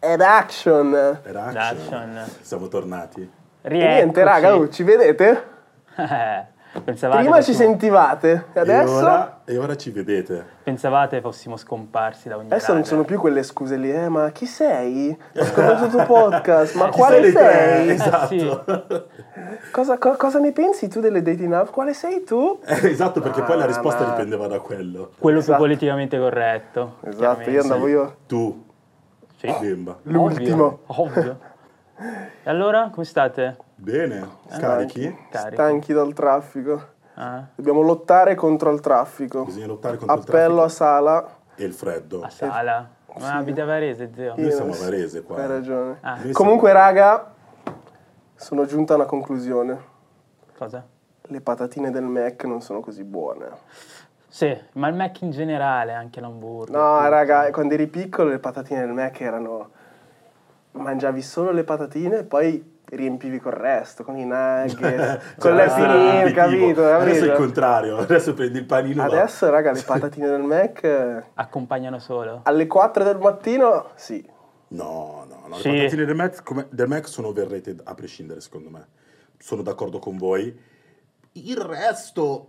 Era action. Era action. Action. Siamo tornati. Niente, Rieccoci. raga, oh, ci vedete? Eh, pensavate, Prima ci fossimo, sentivate, e adesso... E ora, e ora ci vedete. pensavate fossimo scomparsi da ogni Adesso non sono strada. più quelle scuse lì, eh, ma chi sei? Ho ascoltato il tuo podcast, ma Chi quale Sei sei? dei tre, Eh, Esatto. Cosa, co- cosa ne pensi tu delle dating app? Quale sei tu? Eh, esatto, perché poi la Ah, risposta ma- dipendeva da quello. Quello Esatto. più politicamente corretto. Esatto, io chiaramente. andavo io Tu, Sì. bimba. l'ultimo. Ovvio. ovvio. E allora, come state? Bene, Ah, scarichi. Carico. Stanchi dal traffico. Ah, Dobbiamo lottare contro il traffico. Bisogna lottare contro Appello a il Sala. traffico e il freddo. a sala. Ma abita a Varese, zio. Noi Io- siamo a Varese qua. Hai ragione. Ah. Noi Comunque, siamo- raga, sono giunta a una conclusione. Cosa? Le patatine del Mac non sono così buone. Sì, ma il Mac in generale, anche l'hamburger. No, tutto. raga, quando eri piccolo le patatine del Mac erano... Mangiavi solo le patatine e poi riempivi col resto, con i nuggets, con le Cioè, Adesso era finire, l'aperitivo. capito? Adesso è il capito? contrario. Adesso prendi il panino. va. Adesso, raga, le patatine del Mac eh, Accompagnano solo. alle 4 del mattino, sì. No, no, no. Sì. Le patatine del Mac, come- del Mac sono overrated a prescindere, secondo me. Sono d'accordo con voi. Il resto,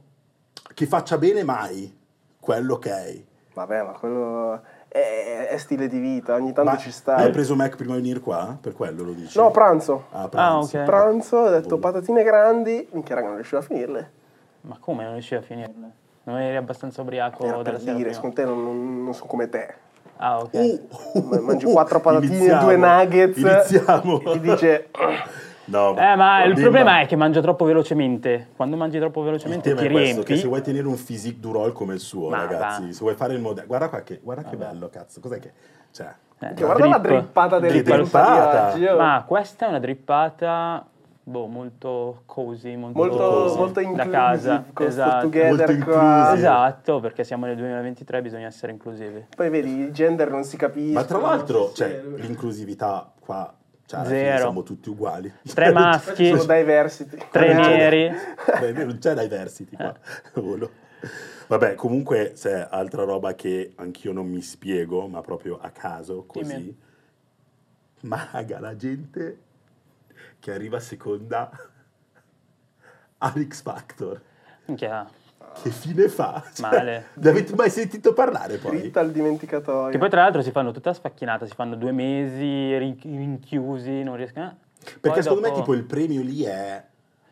che faccia bene mai, quello ok. Vabbè, ma quello è, è stile di vita, ogni tanto Ma ci sta. eh. Hai preso Mac prima di venire qua? Per quello lo dici? No, pranzo. Ah, pranzo. Ah, ok. Pranzo, ho detto Boh. patatine grandi, minchia raga non riuscivo a finirle. Ma come non riuscivi a finirle? Non eri abbastanza ubriaco Era Oh, della per sera dire, prima? secondo te non, non- non sono come te. Ah, ok. Uh, Ma- mangi quattro patatine, Iniziamo. due nuggets. Iniziamo. E ti dice, "Cioè, No, Eh, ma il bimba, problema è che mangia troppo velocemente. Quando mangi troppo Il velocemente tema ti è questo, che riempi. se vuoi tenere un physique du roll come il suo, Ma ragazzi, va. se vuoi fare il modello, guarda qua che, guarda che bello, cazzo, cos'è che, cioè, Eh, che guarda la drip. drippata del Che pizzo di drippata. oggi, oh. Ma questa è una drippata boh, molto cozy, molto, molto, molto da inclusive, casa. con sto esatto. together Oh, Molto qua. inclusive. Esatto, perché siamo nel 2023, bisogna essere inclusivi. Poi vedi, il gender non si capisce. ma tra l'altro, cioè, l'inclusività qua, cioè, alla fine Zero. siamo tutti uguali, Tre maschi, sono diversity. tre Cioè, neri. Eh. Beh, non c'è diversity qua, Volo. Vabbè, comunque c'è altra roba che anch'io non mi spiego, ma proprio a caso, così. Dimmi. Ma raga, la gente che arriva seconda all'X Factor, Minchia. che fine fa? Cioè, Male. Ne avete mai sentito parlare poi? Dritta al Che dimenticatoio. poi tra l'altro si fanno tutta spacchinata, si fanno due mesi rin- rinchiusi, non riescono... eh. Poi Perché secondo me dopo- tipo il premio lì è...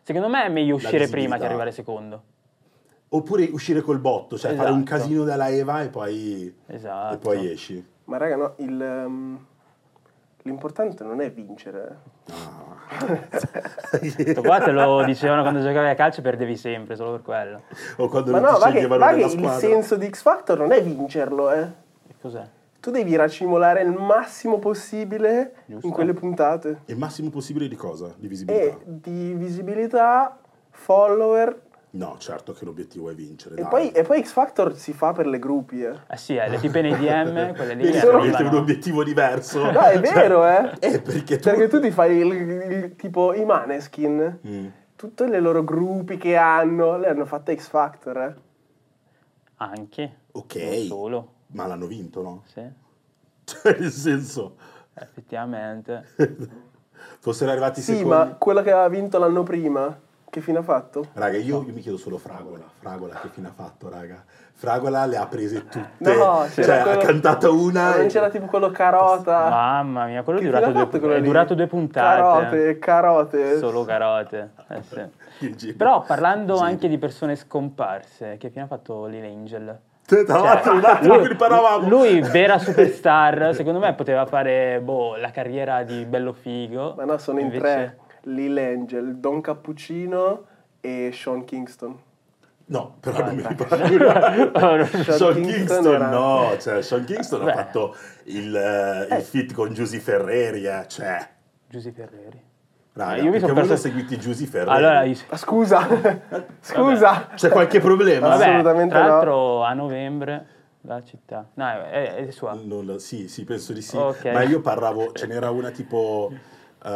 Secondo me è meglio uscire prima visibilità. che arrivare secondo. Oppure uscire col botto, cioè fare un Esatto. casino dalla Eva e poi, Esatto. e poi esci. Ma raga, no, il, ehm, l'importante non è vincere. Questo qua te lo dicevano quando giocavi a calcio, perdevi sempre, solo per quello. o quando Ma non no, ti va che, sceglievano va che nella il squadra. senso di X Factor non è vincerlo, eh. E cos'è? Tu devi racimolare il massimo possibile Giusto. in quelle puntate. Il massimo possibile di cosa? Di visibilità? E di visibilità, follower. No, certo che l'obiettivo è vincere. E dai. poi, e poi X Factor si fa per le gruppi, eh. Eh sì, eh, le tipe nei DM, quelle lì Vedi che che avete un arrivano. obiettivo diverso. Cioè, No, è vero, eh. Eh, perché tu... Perché tu ti fai il, il- tipo i maneskin. Mm. Tutte le loro gruppi che hanno, le hanno fatte X Factor, eh. Anche. Ok. Non solo. Ma l'hanno vinto, no? Sì, eh, Cioè, nel senso, effettivamente. fossero arrivati Sì, secondi... ma quella che aveva vinto l'anno prima, che fine ha fatto? Raga, io, io mi chiedo solo Fragola. Fragola che fine ha fatto, raga? Fragola le ha prese tutte. No, c'era cioè, quello- ha cantata una... Non e- c'era tipo quello carota. Mamma mia, quello è Ah. Che fine durato, ha due, fatto pu- quello è lì? durato due puntate. Carote, eh. carote. Solo carote. Eh sì. Il giro. Però parlando Sì. anche di persone scomparse, che fine ha fatto Lil Angel? Cioè, Tra l'altro, un attimo Lui- che riparavamo. Lui, vera superstar, secondo me poteva fare boh, la carriera di bello figo. Ma no, sono in Invece- tre. Lil Angel, Don Cappuccino e Sean Kingston. No, però non mi ricordo. Sean Sean, Kingston Kingston, era- no, cioè Sean Kingston Beh. ha fatto il, eh, il fit con Giusy Ferreri, eh, cioè, Giuseppe Ferreri. raga, Eh, io mi perché sono voi perso- non seguite Giusy Ferreri? Allora, io- Ma scusa, scusa. C'è qualche problema? vabbè, assolutamente tra no. l'altro a novembre La città. No, è, è sua. Non lo- sì, sì, penso di sì. Ok. Ma io parlavo, ce n'era una tipo eh,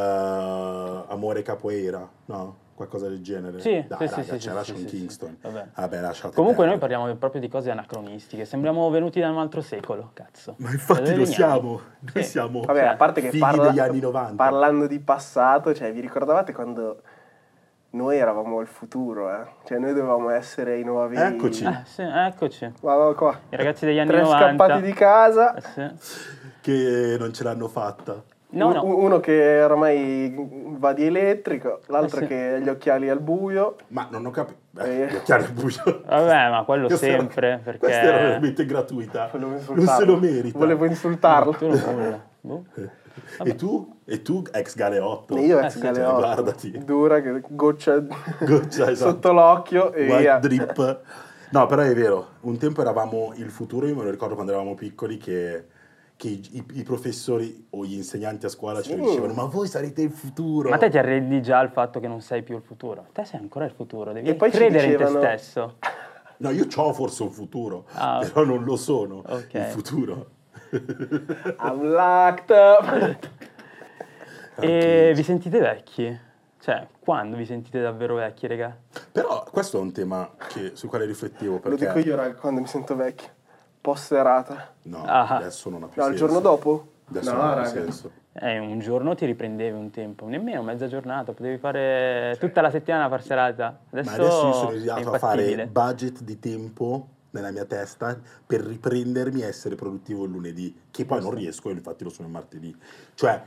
Amore Capoeira, no? Qualcosa del genere. Sì, Dai, sì, raga, sì, sì, c'era sì, Sean sì, sì. Kingston. Vabbè. Vabbè, lasciate Comunque noi perdere. parliamo proprio di cose anacronistiche, sembriamo venuti da un altro secolo, cazzo. Ma infatti lo Veniamo. siamo, noi Sì. siamo Vabbè, a parte che figli parla- degli anni 90. parlando di passato, cioè vi ricordavate quando noi eravamo il futuro, eh? Cioè noi dovevamo essere i nuovi... Eccoci. Eh, sì, eccoci. I Va, va qua. ragazzi degli anni Tre 90. scappati di casa, Eh, sì. Che non ce l'hanno fatta. No, un- no. uno che ormai va di elettrico, l'altro Eh sì. che ha gli occhiali al buio. Ma non ho capito. Eh. è chiaro il buio. Vabbè, ma quello Questa era- sempre, perché- Questa era veramente gratuita. Volevo Non se insultarlo. lo merita. Volevo insultarlo. Tu non nulla. Boh. E tu? E tu, ex Galeotto? Io ex sì. Galeotto, Cioè, guardati. dura che goccia, Goccia, esatto. sotto l'occhio e Wild via. drip. No, però è vero, un tempo eravamo il futuro, io me lo ricordo quando eravamo piccoli che, che i, i- i professori o gli insegnanti a scuola ci Sì. dicevano ma voi sarete il futuro. Ma te ti arrendi già al fatto che non sei più il futuro. Te sei ancora il futuro, devi E poi ci credere in dicevano- te stesso. No, io ho forse un futuro, Ah. però non lo sono, Ok. il futuro. I'm locked up. E vi sentite vecchi? Cioè, quando vi sentite davvero vecchi, raga? Però questo è un tema che- su quale riflettevo Lo perché... dico io, raga, quando mi sento vecchio. Post serata. No, Ah. adesso non ha più No, il senso. giorno dopo? Adesso No, non ha più raga. senso. Eh, un giorno ti riprendevi un tempo, nemmeno mezza giornata, potevi fare tutta la settimana a far serata. Adesso, Ma adesso io sono è arrivato a fare infattibile. budget di tempo nella mia testa per riprendermi e essere produttivo il lunedì, che poi non riesco, io infatti lo sono il martedì. Cioè,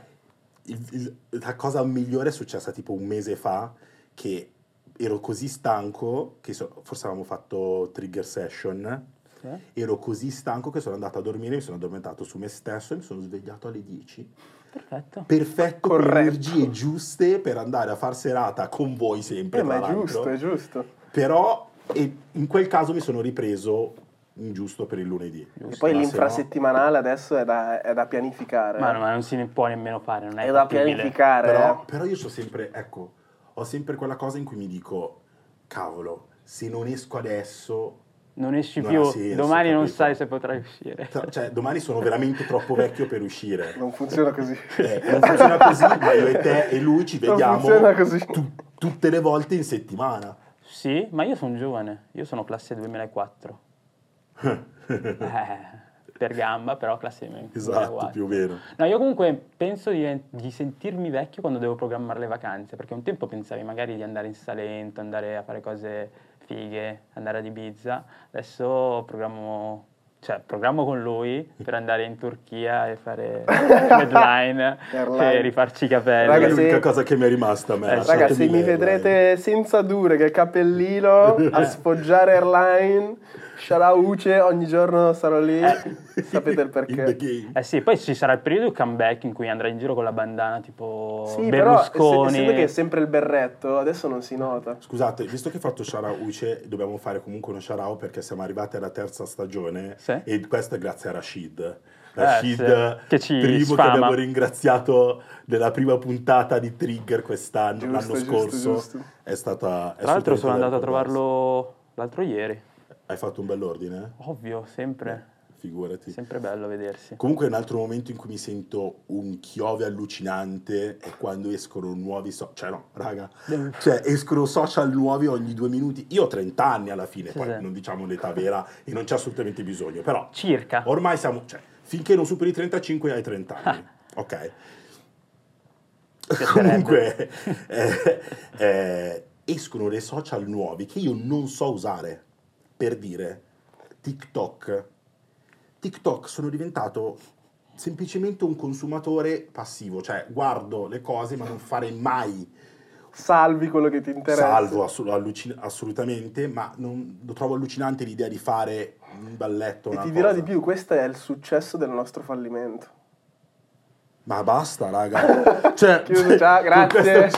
il- il- la cosa migliore è successa tipo un mese fa, che ero così stanco, che so- forse avevamo fatto trigger session, Sì? eh, ero così stanco che sono andato a dormire, mi sono addormentato su me stesso e mi sono svegliato alle 10 Perfetto. perfetto con le Corretto. energie giuste per andare a far serata con voi sempre. Eh, ma tra è l'altro. giusto, è giusto. Però e in quel caso mi sono ripreso in giusto per il lunedì. E poi Ma se l'infrasettimanale adesso è da, è da pianificare. Ma, eh. ma non si ne può nemmeno fare, non è, è da fattibile. no- pianificare. Però, eh. però io so sempre, ecco, ho sempre quella cosa in cui mi dico, cavolo, se non esco adesso... Non esci Non più, ha senso, domani non capito? sai se potrai uscire. tra- Cioè, domani sono veramente troppo vecchio per uscire. Non funziona così. Eh, non funziona così, ma io e te e lui ci Non vediamo funziona così. tu- tutte le volte in settimana. Sì, ma io sono giovane, io sono classe 2004. Eh, per gamba, però classe 2004. Esatto, più o meno. No, io comunque penso di, di sentirmi vecchio quando devo programmare le vacanze, perché un tempo pensavi magari di andare in Salento, andare a fare cose fighe, andare ad Ibiza, adesso programmo, cioè, programmo con lui per andare in Turchia e fare headline Airline. e rifarci i capelli. Raga, è Raga, l'unica se- cosa che mi è rimasta a me. Eh, lasciatemi Raga, se mi lei, dai. vedrete senza dure che capellino Eh. a sfoggiare airline, Sharauce, ogni giorno sarò lì. Sapete il In the perché. game. Eh sì, poi ci sarà il periodo comeback in cui andrai in giro con la bandana tipo Sì, però eh, se- Berlusconi. essendo che è sempre il berretto, adesso non si nota. Scusate, visto che ho fatto Sharao Uce, dobbiamo fare comunque uno Sharao perché siamo arrivati alla terza stagione Sì. Eh, e questo è grazie a Rashid. Rashid, sì, che ci primo sfama. che abbiamo ringraziato della prima puntata di Trigger quest'anno, Giusto, l'anno giusto, scorso. giusto. È stata... è Tra assolutamente l'altro sono da andato a ricordarsi. trovarlo l'altro ieri, Hai fatto un bell'ordine? ovvio, sempre, Figurati. sempre bello vedersi. Comunque un altro momento in cui mi sento un chiove allucinante è quando escono nuovi social, cioè no, raga, cioè escono social nuovi ogni due minuti. Io ho 30 anni alla fine, Sì, poi sì. non diciamo l'età vera e non c'è assolutamente bisogno, però Circa. ormai siamo, cioè, finché non superi i 35 hai 30 anni, ok? Ah. piacerebbe. Comunque eh, eh, escono dei social nuovi che io non so usare, per dire TikTok. TikTok sono diventato semplicemente un consumatore passivo, cioè guardo le cose ma non fare mai Salvi quello che ti interessa. salvo assu- allucin- assolutamente, ma non, lo trovo allucinante l'idea di fare un balletto. E una ti dirò cosa. di più, questo è il successo del nostro fallimento. Ma basta, raga. Cioè, Chiuso, ciao, con grazie.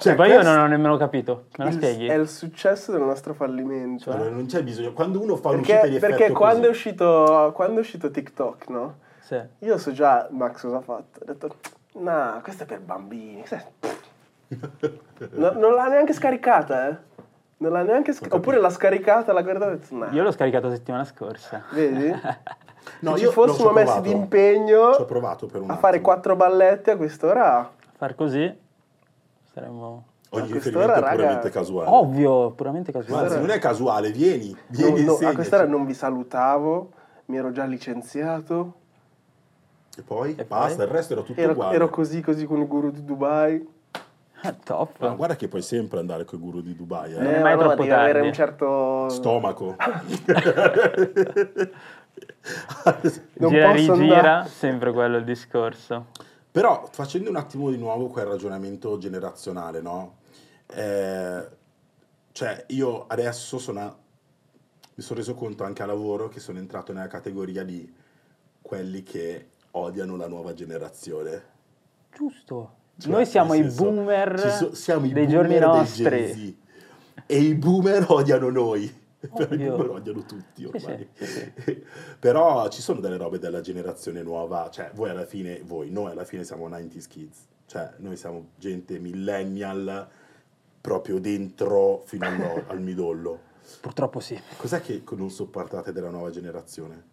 cioè, Ma io questo- non ho nemmeno capito, me la Il- spieghi? È il successo del nostro fallimento. Allora, eh. non c'è bisogno. Quando uno fa un'uscita di Perché, effetto perché quando, è così- uscito, quando è uscito TikTok, no? Sì. Io so già Max cosa ha fatto. Ho detto, no, questa è per bambini. questa è- No, non l'ha neanche scaricata, eh. Non l'ha neanche scaricata. Oppure l'ha scaricata, l'ha guardata e ha detto, "Nah." Io l'ho scaricato la settimana scorsa. Vedi? No, Se ci io non fossimo ci ho messi provato. d'impegno Ci ho provato per un a attimo. fare quattro balletti a quest'ora. Far così saremmo... a Ogni quest'ora, riferimento è raga, puramente casuale. Ovvio, puramente Ma Anzi, Allora- casuale. non è casuale, vieni, vieni No, no, a insegnaci. quest'ora non vi salutavo, mi ero già licenziato, E poi E basta, poi? il resto era tutto ero, uguale. ero così così con il guru di Dubai. Ah, top. Ma guarda che puoi sempre andare con i guru di Dubai, eh. è Eh, mai ma no, troppo devi avere tardi. un certo... Stomaco. non gira e posso rigira, andare. sempre quello il discorso. Però facendo un attimo di nuovo quel ragionamento generazionale, no? Eh, cioè, io adesso sono a- mi sono reso conto anche a lavoro che sono entrato nella categoria di quelli che odiano la nuova generazione. Giusto. Cioè, Noi siamo i nel senso, boomer ci so- siamo i dei boomer giorni dei nostri. Gen Z. e i boomer odiano noi. Però i Ovvio. boomer odiano tutti Sì, sì, ormai. sì, sì. Però ci sono delle robe della generazione nuova, cioè voi alla fine, voi, noi alla fine siamo 90s kids, cioè noi siamo gente millennial proprio dentro fino al, no- al midollo. Purtroppo sì, Cos'è che non sopportate della nuova generazione?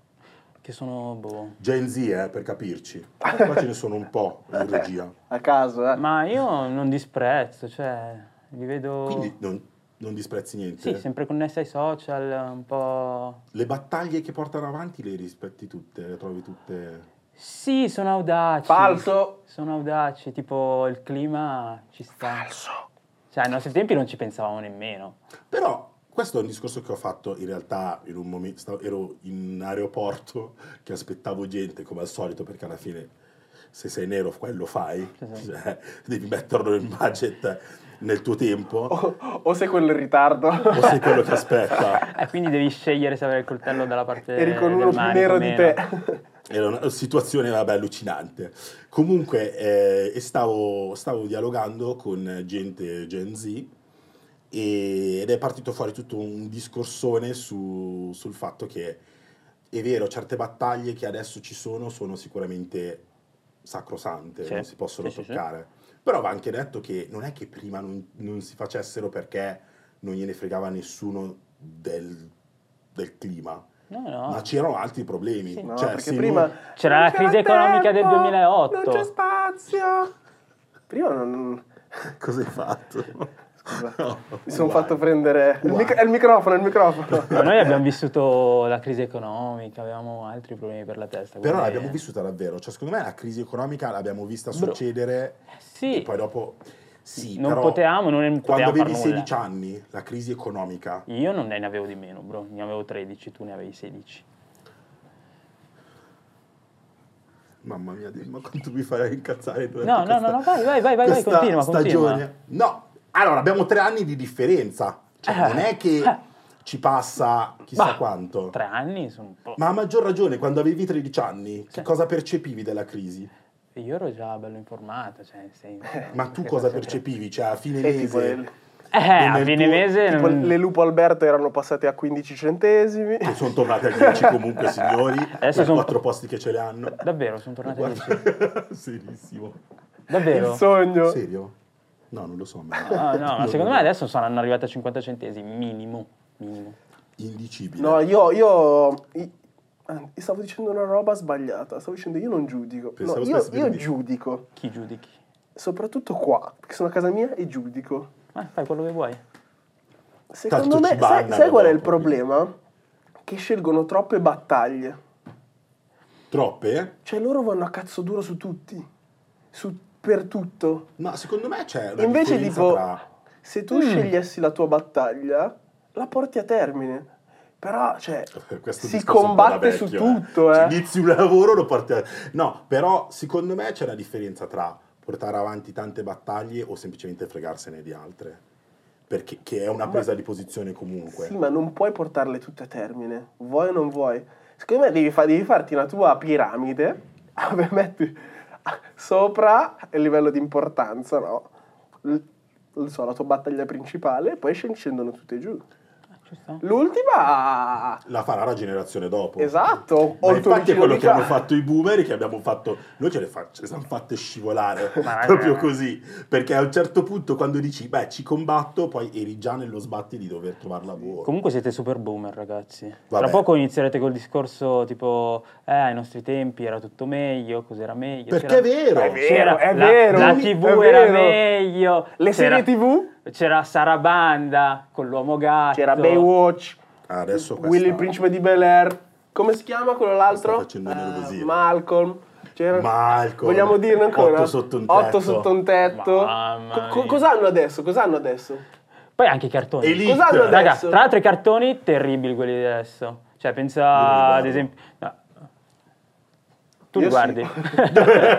che sono boh. Gen Z, eh, per capirci. Qua ce ne sono un po' in regia. A caso, eh. Ma io non disprezzo, cioè, li vedo Quindi cioè non, non disprezzi niente. Sì, sempre connessi ai social, un po' Le battaglie che portano avanti le rispetti tutte, le trovi tutte... Sì, sono audaci. Falso! Sono audaci, tipo il clima ci sta. Falso! Cioè, ai nostri tempi non ci pensavamo nemmeno. Però questo è un discorso che ho fatto in realtà in un momento, stavo- ero in aeroporto che aspettavo gente come al solito perché alla fine se sei nero quello fai, Esatto. cioè, devi metterlo in budget nel tuo tempo O, o sei quello in ritardo. o sei quello che aspetta. E Eh, quindi devi scegliere se avere il coltello dalla parte Eri con del uno più manico nero o di meno. te. Era una situazione, vabbè, allucinante. Comunque, eh, e stavo, stavo dialogando con gente Gen Z e- ed è partito fuori tutto un discorsone su- sul fatto che è vero, certe battaglie che adesso ci sono sono sicuramente sacrosante, Sì. non si possono Sì, sì, sì. toccare. Però va anche detto che non è che prima non, non si facessero perché non gliene fregava nessuno del, del clima, No, no. ma c'erano altri problemi. Ah. Sì. No, Cioè, perché se prima... noi- C'era Non la crisi c'era economica del tempo, 2008. Non c'è spazio! Prima non... Cosa hai fatto? Scusa. No, Mi sono guai. fatto prendere... Il Guai. mic- è il microfono, è il microfono! Ma noi abbiamo vissuto la crisi economica, avevamo altri problemi per la testa. Però quindi- l'abbiamo vissuta davvero, cioè secondo me la crisi economica l'abbiamo vista Bro. succedere e Eh, Sì, poi dopo sì, non però potevamo, non ne quando potevamo far avevi nulla. 16 anni, la crisi economica, Io non ne avevo di meno, bro. Ne avevo 13, tu ne avevi 16. mamma mia, Dio, ma quanto mi farai incazzare durante No, no, questa- no, no, vai, vai, vai, vai, questa continua, stagione. continua. No, allora abbiamo tre anni di differenza, cioè Eh. non è che ci passa chissà Bah, quanto. Tre anni sono un po'. Ma a maggior ragione quando avevi 13 anni, che Sì. cosa percepivi della crisi? Io ero già bello informato, cioè, nel senso- Ma Esatto, tu cosa percepivi? Cioè, a fine E tipo, mese le, Eh, a nel fine tuo- mese tipo non- le lupo Alberto erano passate a 15 centesimi. che sono tornati a 10 comunque, signori. Adesso i sono- quattro posti che ce le hanno. Davvero, sono tornato a 10. Guarda- Serissimo. Il Davvero? sogno. Serio? No, non lo so. Ma... Ah, no, ma Non- secondo me adesso saranno arrivati a 50 centesimi, minimo. minimo. Indicibile. No, io, io, i- anzi, stavo dicendo una roba sbagliata. Stavo dicendo io non giudico. No, Pensavo io, stessi per io dire. giudico, Chi giudichi? soprattutto qua, perché sono a casa mia e giudico. Ma Eh, fai quello che vuoi. Secondo Tanto ci me, sai, bannano sai qual è il dopo, quindi. problema? Che scelgono troppe battaglie. Troppe? eh? Cioè loro vanno a cazzo duro su tutti, su, per tutto. Ma secondo me c'è una Invece differenza tipo, tra... se tu scegliessi la tua battaglia, la porti a termine. Però, cioè, Questo si discorso un po' da combatte su vecchio, tutto, Cioè, eh. Inizi un lavoro, lo porti a- No, però secondo me c'è una differenza tra portare avanti tante battaglie o semplicemente fregarsene di altre. Perché che è una presa di posizione comunque. Sì, ma non puoi portarle tutte a termine, vuoi o non vuoi. Secondo me devi, fa- devi farti una tua piramide, dove metti sopra il livello di importanza, no? L- non so, la tua battaglia principale, e poi scen- scendono tutte giù. Ci sta. L'ultima... La farà la generazione dopo. Esatto, Ma o il tuo infatti è vicino quello di che hanno casa. fatto i boomer, che abbiamo fatto, noi ce le, fa- ce le siamo fatte scivolare Ma- proprio così, perché a un certo punto quando dici, beh ci combatto, poi eri già nello sbatti di dover trovare lavoro. Comunque siete super boomer, ragazzi. Vabbè. Tra poco inizierete col discorso tipo, eh, ai nostri tempi era tutto meglio, cos'era meglio. perché è c'era- vero, È vero. c'era- è la- vero, La, è TV vero. era meglio. Le serie c'era- TV? C'era Sarabanda con l'uomo gatto. C'era Baywatch, Ah, adesso questa, Willy il principe di Bel Air. Come si chiama quello l'altro? Sta facendo nervosire. Eh, Malcolm. C'era- Malcolm. Vogliamo dirne ancora? Otto sotto un tetto. Otto sotto un tetto. Mamma Co- co- mia. cos'hanno adesso? Cos'hanno adesso? Poi anche i cartoni. Elite. Cos'hanno adesso? Raga, tra l'altro i cartoni terribili quelli di adesso. Io non Cioè, li pensa guardo. ad esempio... no. Tu Io li sì. guardi.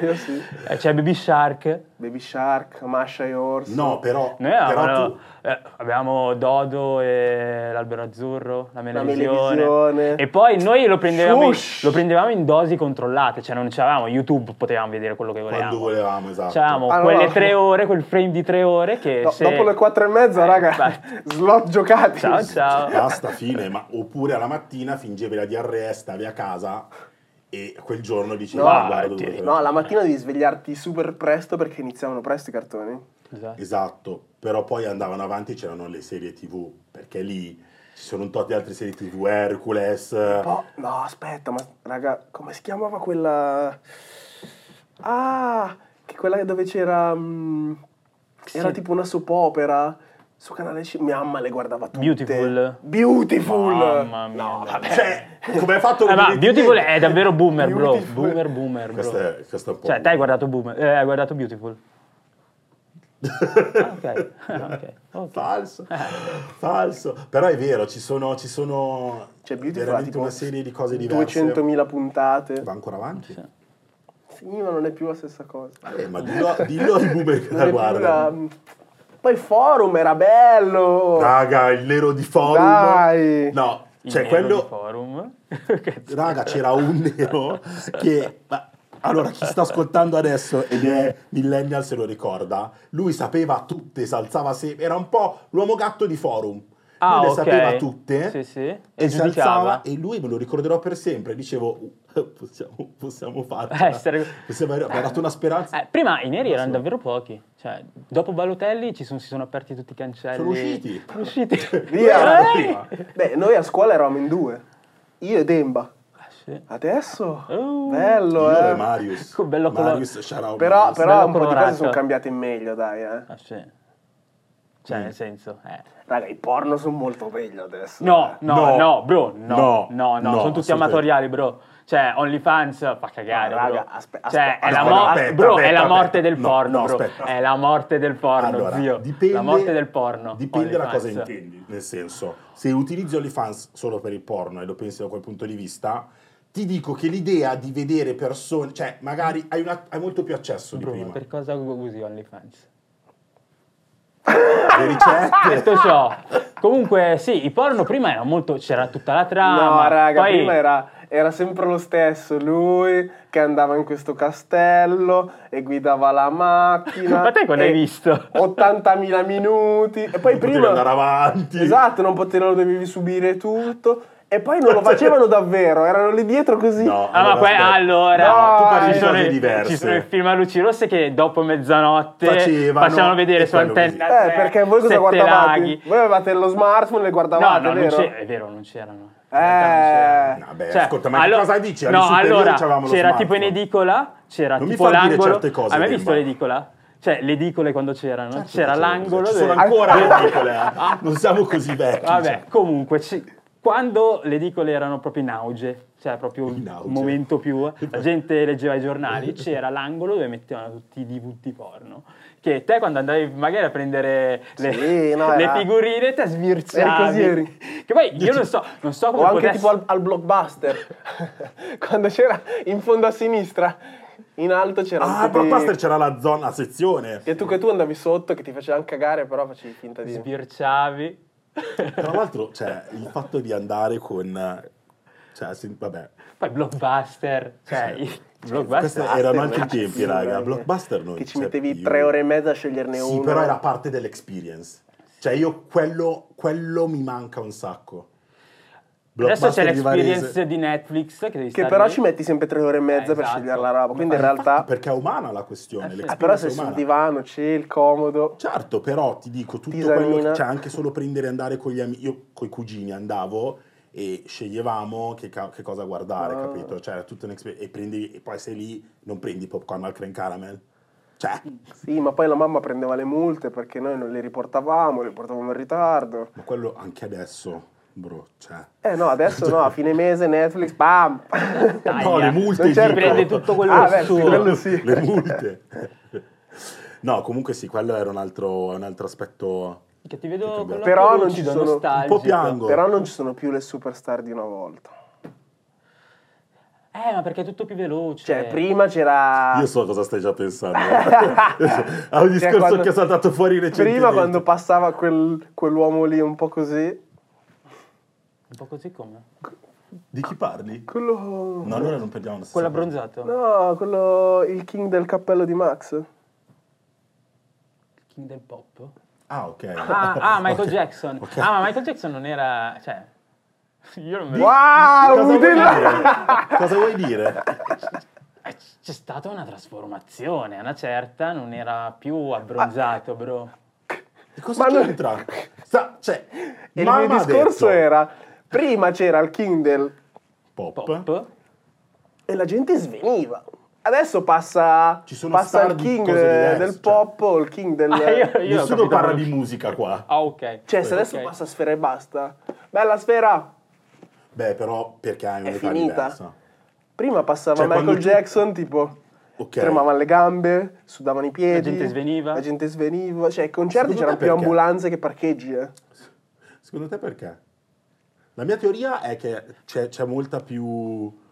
Io sì. Eh, C'è Baby Shark. Baby Shark, Masha e Orso. No, però, Noi però avevamo- tu- eh, abbiamo Dodo e l'albero azzurro, la Melevisione. melevisione. E poi noi lo prendevamo, in, Shush! lo prendevamo in dosi controllate, cioè non c'avevamo YouTube, potevamo vedere quello che volevamo. quando volevamo, esatto. C'avevamo Allora- quelle tre ore, quel frame di tre ore che Ah, No, se- Dopo le quattro e mezza, Eh, raga, infatti. slot giocati. Ciao ciao. Basta, fine, ma oppure alla mattina fingevi la diarrea, stavi a casa e quel giorno dicevi, No, "Ah, guarda, ti- dove- No, la mattina devi svegliarti super presto perché iniziavano presto i cartoni. Esatto. Esatto, però poi andavano avanti e c'erano le serie tv, perché lì ci sono un tot di altre serie tv, Hercules, Oh, Po- no, aspetta, ma raga, come si chiamava quella... Ah, che quella dove c'era... mm, era Sì. tipo una soap opera su canale 5. Mia mamma le guardava tutte. Beautiful. Beautiful. Mamma mia. No, vabbè. cioè, come hai fatto a Eh, ma venire Beautiful niente? è davvero boomer, bro. Beautiful. Boomer, boomer, bro. Questo è, questo è un po'... Cioè, te hai guardato, boomer, eh, hai guardato Beautiful. Ah, ok. ok. ok. Eh. Falso, falso. Però è vero, ci sono, ci sono Cioè, Beautiful ha veramente tipo una serie di cose diverse. 200.000 puntate. Va ancora avanti? Sì, ma non è più la stessa cosa. Vabbè, ma dillo, dillo ai boomer che Non è la più guardano. la- Poi Forum era bello. Raga, il nero di forum. Dai. No, Il cioè nero quello... di forum. Che z- Raga, c'era un nero che... ma- allora, chi sta ascoltando adesso ed è millennial se lo ricorda, lui sapeva tutte, salzava sempre, era un po' l'uomo gatto di forum. Ah, lui le ok. sapeva tutte Sì, sì. e, E si giudicava. alzava e lui me lo ricorderò per sempre. Dicevo, "Uh, possiamo, possiamo farcela. Eh, Essere- Possiamo avere- mi ha dato una speranza. Eh, prima i neri erano davvero pochi. Cioè, dopo Balotelli ci sono- si sono aperti tutti i cancelli. Sono usciti. Sono usciti. Via. Eh? Prima. Beh, noi a scuola eravamo in due. Io e Demba. Ah, sì. Adesso? Oh. bello, Io eh. e Marius. Che bello colore. Marius, shout out Però, Marius. però bello un po' di cose colorato. sono cambiate in meglio, dai, eh. Ah, sì. Cioè, nel senso... eh. Raga, i porno sono molto meglio adesso. eh. No, no, No. no, bro, No, no, no, no, no, sono tutti assolutamente. amatoriali, bro. Cioè, OnlyFans fa cagare, No, raga, bro. aspe- aspe- cioè, è, la Allora, mo- aspetta, bro, aspetta, è la morte aspetta. del No, porno, no, bro. aspetta. È la morte del porno, Allora, zio. dipende- la morte del porno. Dipende da cosa OnlyFans. intendi. Nel senso, se utilizzo OnlyFans solo per il porno e lo pensi da quel punto di vista, ti dico che l'idea di vedere persone, cè, magari hai, una- hai molto più accesso Bro, di ma prima. per cosa usi OnlyFans? Le ricette. Detto ciò, comunque sì, i porno prima era molto, c'era tutta la trama. No, raga, poi- prima era, era sempre lo stesso. Lui che andava in questo castello e guidava la macchina. Ma te quando e hai visto? 80.000 minuti. E poi non potevi prima... andare avanti. Esatto, non potevi, lo dovevi subire tutto. E poi non lo facevano davvero, erano lì dietro così. Cioè. No, Ah, ma poi aspetta. allora No, tu parli ci, di sono cose i- diverse. ci sono i film a luci rosse che dopo mezzanotte Facevano, facevano vedere e su quello così. antenna. Eh, tre, perché voi cosa Sette guardavate? Laghi. Voi avevate lo smartphone e le No, guardavate, no, non vero? c'era, è vero, non c'erano. In realtà non c'erano. Eh, No, beh, Cioè, ascolta, ma allo- che cosa dici? Alle No, superiori allora c'avevamo lo c'era smartphone. tipo in edicola, c'era Non mi tipo far dire l'angolo. certe cose, Hai mai Demba. visto l'edicola? Cioè, le edicole quando c'erano, Certo che c'era c'è, l'angolo. Ci sono dove- ancora le edicole, eh. Non siamo così vecchi. Vabbè, cioè. comunque, ci- quando le edicole erano proprio in auge, cioè proprio In il auge. momento più, eh, la gente leggeva i giornali, c'era l'angolo dove mettevano tutti i DVD porno. Che te quando andavi magari a prendere le, Sì, no, le era- figurine te sbirciavi. Eri così, eri. Che poi io non so, non so come O anche potesse- tipo al, al blockbuster, quando c'era in fondo a sinistra, in alto c'era un Ah, al po' di- Blockbuster c'era la zona, la sezione. Che tu, che tu andavi sotto, che ti faceva anche cagare, però facevi finta di... sbirciavi. Tra l'altro, cioè, il fatto di andare con... eh, Cioè, sì, vabbè, Poi blockbuster, cioè Sì. i- blockbuster. Questi erano anche i Ragazzi, tempi, raga. raga, Blockbuster non Che ci c'è mettevi più. tre ore e mezza a sceglierne Sì, uno. però era parte dell'experience. Cioè io quello, quello mi manca un sacco. Adesso c'è Blockbuster di Varese. l'experience di Netflix che devi Che stare però lì. ci metti sempre tre ore e mezza Eh, per esatto. scegliere la roba. Quindi in Ma infatti, realtà. Perché è umana la questione, Eh sì. Ah, però l'experience sei sul umana. divano, c'è il comodo. Certo, però ti dico tutto Tisanina. quello che c'è anche solo prendere e andare con gli amici. Io con i cugini andavo e sceglievamo che, ca- che cosa guardare, Ah. capito? Cioè, era tutta un'esperienza. E, prendi- e poi sei lì, non prendi popcorn al cream caramel. Cioè, Sì, ma poi la mamma prendeva le multe perché noi non le riportavamo, le portavamo in ritardo. ma quello anche adesso, bro. Cioè. Eh no, adesso no, a fine mese Netflix, pam! Taglia. No, le multe. Non c'è dico. prende tutto quello Ah, beh, suo. sì, quello sì. Le multe. No, comunque sì, quello era un altro, un altro aspetto. Che ti vedo con l'occhio Però non ci lucido, sono- un po' nostalgico. piango. Però non ci sono più le superstar di una volta. Eh, ma perché è tutto più veloce. Cioè, prima c'era... Io so cosa stai già pensando. a un Ah. Cioè, discorso quando- che è saltato fuori recentemente. Prima quando passava quel- quell'uomo lì un po' così... Un po' così come? Di chi parli? Quello... No, allora non perdiamo la stessa Quello cosa. abbronzato. No, quello... il king del cappello di Max. Il King del pop. Ah, ok. Ah, ah, Michael Ok. Jackson. Ok. Ah, ma Michael Jackson non era... Cioè... Io non me lo... Wow! Cosa vuoi Udine- dire? Cosa vuoi dire? Eh, c- C'è stata una trasformazione, a una certa non era più Ah, eh. abbronzato, bro. E Cosa Ma non- c'entra? Sta- cioè, E il mamma mio ha discorso detto- era... Prima c'era il king del... Pop. Pop. e la gente sveniva. Mm. Adesso passa, Ci sono passa star il di king cose diverse, del cioè. pop o il king del... Ah, io- io ho Nessuno capito- parla di musica qua. Ah, ok. Cioè, se adesso Ok. passa sfera e basta. Bella sfera! Beh, però, perché hai un'età finita. diversa. Prima passava Cioè, Michael quando tu- Jackson, tipo, Ok. tremavano le gambe, sudavano i piedi. gente sveniva. La gente sveniva. Cioè, ai concerti Secondo c'erano te più perché? ambulanze che parcheggi, eh. Secondo te perché? La mia teoria è che c'è, c'è molta più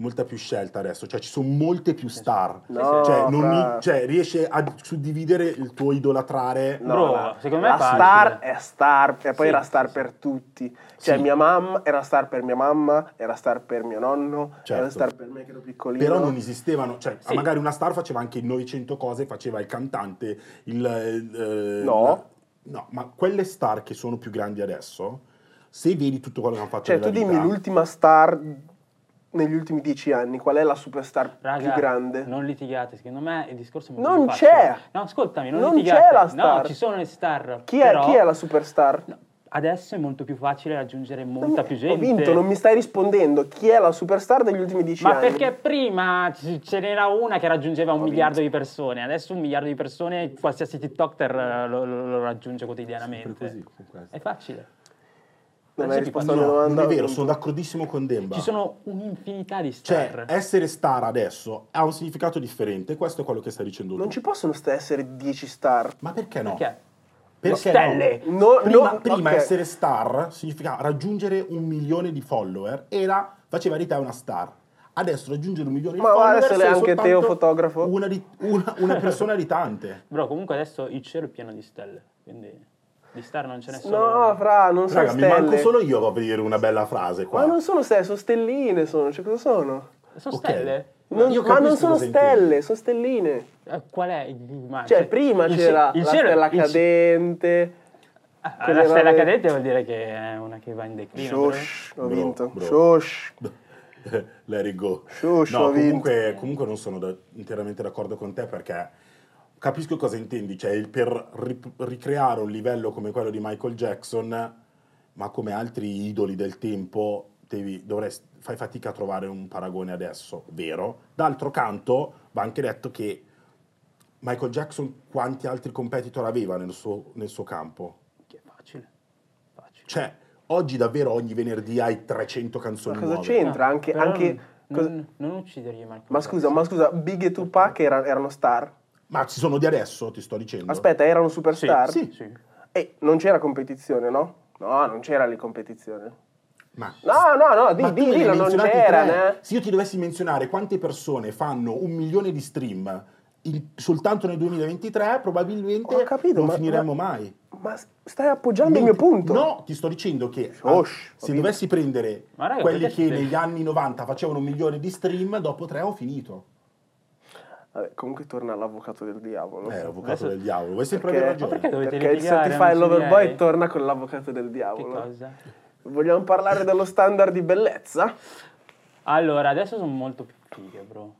molta più scelta adesso, cioè ci sono molte più star. No, cioè, non fra- mi- cioè, riesci a suddividere il tuo idolatrare. No, Bro, la- secondo me la è facile. star è star e poi Sì, era star sì, per tutti. Cioè, Sì. mia mamma era star per mia mamma, era star per mio nonno, era Certo. star per me che ero piccolino. Però non esistevano, cioè Sì. magari una star faceva anche 900 cose, faceva il cantante, il... eh, No. la- no, ma quelle star che sono più grandi adesso, se vedi tutto quello che hanno fatto Cioè, nella tu dimmi vita- l'ultima star negli ultimi dieci anni, qual è la superstar Raga, più grande? non litigate, secondo me il discorso è molto Non facile. c'è! No, ascoltami, non, Non litigate. c'è la star. No, ci sono le star. Chi, è, però- chi è la superstar? No, adesso è molto più facile raggiungere Non molta mi- più gente. Ho vinto, non mi stai rispondendo. Chi è la superstar degli ultimi dieci Ma anni? perché prima c- ce n'era una che raggiungeva un miliardo di persone, adesso un miliardo di persone, qualsiasi TikToker eh, lo, lo- lo raggiunge quotidianamente. Sempre così, con questo. È facile. Non Non hai si risposto No, alla mia domanda. non è vero, sono d'accordissimo con Demba. Ci sono un'infinità di Cioè, star. eh, essere star adesso ha un significato differente, questo è quello che stai dicendo tu. Non ci possono sta- essere dieci star. Ma perché no? Perché? Perché Stelle! no? No, prima, no, prima ok. essere star significava raggiungere un milione di follower, era, faceva di te una star. Adesso raggiungere un milione di Ma guarda follower se l'è sei anche Teo soltanto fotografo. Una, di- una- una persona di tante. Bro, comunque adesso il cielo è pieno di stelle, quindi di star non ce ne sono. No, fra, non sono Raga, mi stelle. manco solo io a dire una bella frase qua. Ma non sono stelle, sono stelline. Sono. Cioè, cosa sono? Sono Ok. stelle? Non- Io ma non capisco sono cosa stelle, intendi. sono stelline. Eh, Qual è il ma- Cioè, prima il ce- c'era il la cielo- stella il ce- cadente. Ah, quelle la stella robe- cadente vuol dire che è una che va in declino. bro. Shosh, ho Bro, vinto. bro. Shosh. Let it go. Shush, ho no, vinto. comunque, comunque non sono da- interamente d'accordo con te perché capisco cosa intendi, cioè il- per ri- ricreare un livello come quello di Michael Jackson, ma come altri idoli del tempo, devi- dovresti- fai fatica a trovare un paragone adesso, vero? D'altro canto va anche detto che Michael Jackson quanti altri competitor aveva nel suo, nel suo campo? Che è facile. Facile. Cioè, oggi davvero ogni venerdì hai 300 canzoni Ma cosa nuove. c'entra? Entra anche- però anche- non, cosa- non, non uccidergli Michael Ma scusa, ma scusa, Big e Tupac era- erano star. Ma ci sono di adesso, ti sto dicendo. Aspetta, erano superstar? Sì, sì. E non c'era competizione, no? No, non c'era lì competizione. Ma, No, no, no, di- ma tu di- me ne dillo, hai non menzionati c'era, tre. eh. Se io ti dovessi menzionare quante persone fanno un milione di stream in- soltanto nel 2023, probabilmente Ho capito, non ma- finiremmo mai. Ma s- stai appoggiando il mio Mentre- punto. No, ti sto dicendo che Oh, ah, sh- ho se vinto. dovessi prendere Ma raga, quelli perché che siete- negli anni 90 facevano un milione di stream, dopo tre ho finito. Vabbè, comunque torna l'avvocato del diavolo. Eh, avvocato Adesso- del diavolo, vuoi sempre Perché- avere ragione? Ma perché dovete Perché il litigare? Certified amici Lover miei? Boy torna con l'avvocato del Che diavolo. cosa? Vogliamo parlare dello standard di bellezza? Allora, adesso sono molto più fighe, bro.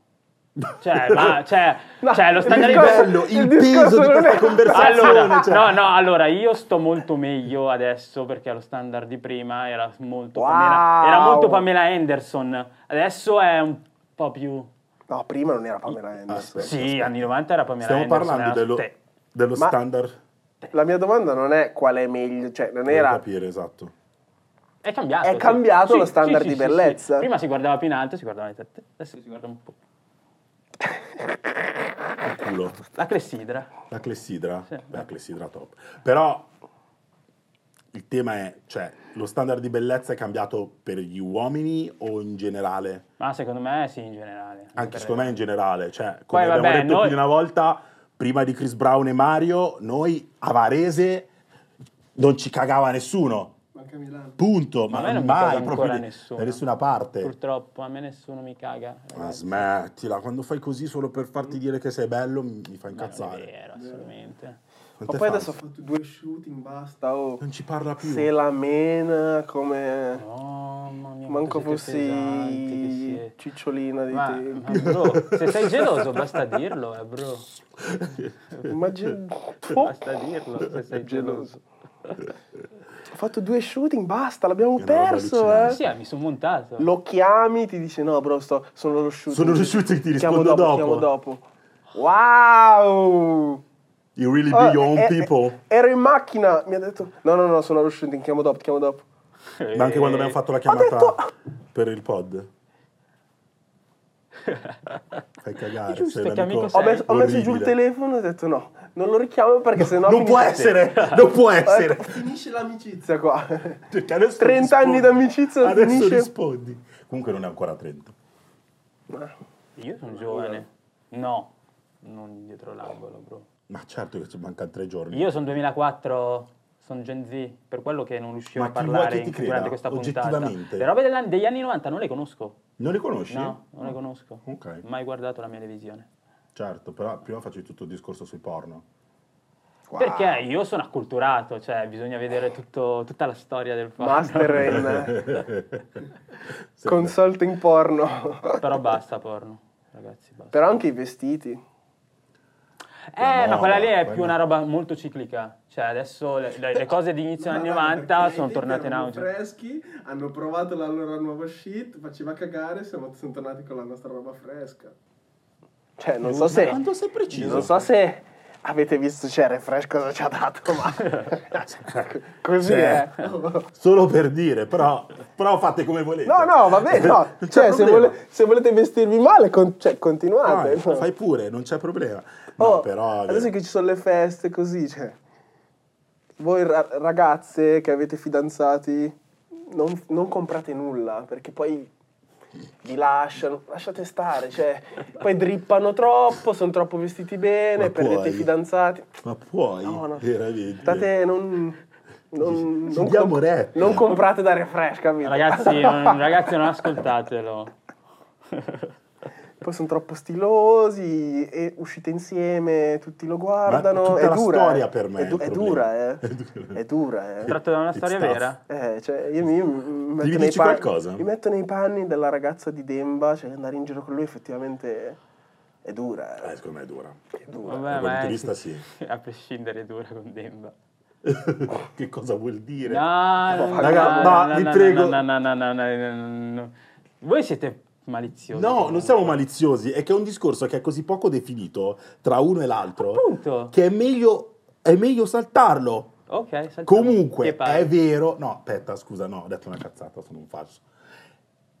Cioè, ma, cioè, No, cioè, lo il standard di discorso- bellezza- bello, il discorso peso di non questa è- conversazione. Allora, cioè. no, no, allora io sto molto meglio adesso perché lo standard di prima era molto, Wow. Pamela, era molto Pamela Anderson, adesso è un po' più... No, prima non era Pamela Anderson. Aspetta, sì, aspetta. anni 90 era eh. Pamela Stiamo Anderson. parlando era dello, te. dello Ma- standard. La mia domanda non è qual è meglio, cioè non Devo era... capire, esatto. È cambiato. È sì. cambiato lo standard di bellezza. Prima si guardava più in alto, si guardava in tette, adesso si guarda un po'. Il culo. La clessidra. La clessidra? Sì. eh. Beh, la clessidra top. Però il tema è, cioè, lo standard di bellezza è cambiato per gli uomini o in generale? Ma secondo me sì, in generale. Anche Per- secondo me in generale, cioè, come Poi, abbiamo vabbè, detto noi- più di una volta, prima di Chris Brown e Mario, noi a Varese non ci cagava nessuno. Manca Milano. Punto, ma, Ma a me non mi caga mai ancora proprio di- nessuno. da nessuna parte. Purtroppo a me nessuno mi caga. Ma ragazzi. smettila, quando fai così solo per farti dire che sei bello mi, mi fa No, non è incazzare. vero, assolutamente. Ma poi Quante fai? adesso ha fatto due shooting, basta, oh. non ci parla più. Se la mena come... No, mamma mia. Manco quanto siete pesanti che fossi siete. cicciolina di Ma, ma tempi. bro, se sei geloso basta dirlo, eh, bro. Immagin- Basta dirlo se sei geloso. Geloso. Ho fatto due shooting, basta, l'abbiamo È una roba perso, allucinante. eh. Sì, eh, mi sono montato. Lo chiami, ti dice no, bro, sto, sono lo shooting. Sono lo shooting, ti Chiamo rispondo dopo." Chiamo dopo. Wow! You really Oh, Ah, be your own eh, eh, people. Ero in macchina, mi ha detto no, no, no, sono lo shooting, chiamo dopo, chiamo dopo. Eh, Eh, Ma anche quando abbiamo fatto la chiamata per il pod. Fai cagare. È giusto sei un che amico Ho, sei. messo- ho messo giù il Eh, orribile. telefono e ho detto no, non lo richiamo perché sennò Non può finisce- essere, non può Ho detto, essere. Finisce l'amicizia qua. Perché adesso 30 rispondi. Ecco. anni d'amicizia Adesso finisce. rispondi. Comunque non è ancora 30. Io sono giovane. No, non dietro l'angolo, bro. Ma certo che ci mancano tre giorni. Io sono 2004, sono Gen Z, per quello che non riuscivo Ma a chi vuoi parlare che ti in- creda, durante questa puntata. oggettivamente? Le robe della- degli anni 90 non le conosco. Non li conosci? No, non le conosco. Ok. Mai guardato la mia televisione. Certo, però prima facevi tutto il discorso sui porno. Wow. Perché io sono acculturato, cioè bisogna vedere tutto- tutta la storia del porno. Master in Sì, consulting porno. Però basta porno, ragazzi, basta. Però anche i vestiti. Eh, ma moda, quella lì è quella- più una roba molto ciclica. Cioè adesso le, le- le cose Diciamo, di inizio anni 90 sono tornate in auge. freschi, hanno provato la loro nuova shit, faceva cagare, siamo, sono tornati con la nostra roba fresca. Cioè, non so Ma se... quanto sei preciso? Non so se avete visto, cioè, Refresh cosa ci ha dato, ma... Così eh. Cioè. è. Solo per dire, però, però fate come volete. No, no, vabbè, no. Non c'è Cioè, se, problema. vole- se volete vestirvi male, con- cioè, continuate. No, no. fai pure, non c'è problema. No, Oh, però... Adesso che ci sono le feste, così, cioè... Voi ra- ragazze che avete fidanzati, non, non comprate nulla, perché poi vi lasciano, lasciate stare, cioè... Poi drippano troppo, sono troppo vestiti bene, Ma perdete puoi? i fidanzati. Ma puoi, No, no. veramente? State, non... Non, Ci non diamo comp- retta. non comprate da refresh, capito? Ragazzi, non, ragazzi, non ascoltatelo. Poi sono troppo stilosi e uscite insieme, tutti lo Ma guardano. tutta È la dura. storia eh. per me È, du- è è il dura, eh. problema. È dura, eh. Tratto da una It's storia tough. vera. Eh, cioè, io mi, mi metto dici nei panni, qualcosa? mi metto nei panni della ragazza di Demba, cioè andare in giro con lui effettivamente è dura. eh. Eh, secondo me è dura. È dura. Vabbè, Da quel ma punto è- di vista sì. A prescindere è dura con Demba. che cosa vuol dire? No, raga, no, vi prego. No, no, no, no, no, no, no. Voi siete maliziosi. No, non siamo maliziosi, è che è un discorso che è così poco definito tra uno e l'altro Appunto. che è meglio, è meglio saltarlo. Ok, saltiamo. Che Comunque, eh, palle. è vero. No, aspetta, scusa, no, ho detto una cazzata, sono un falso.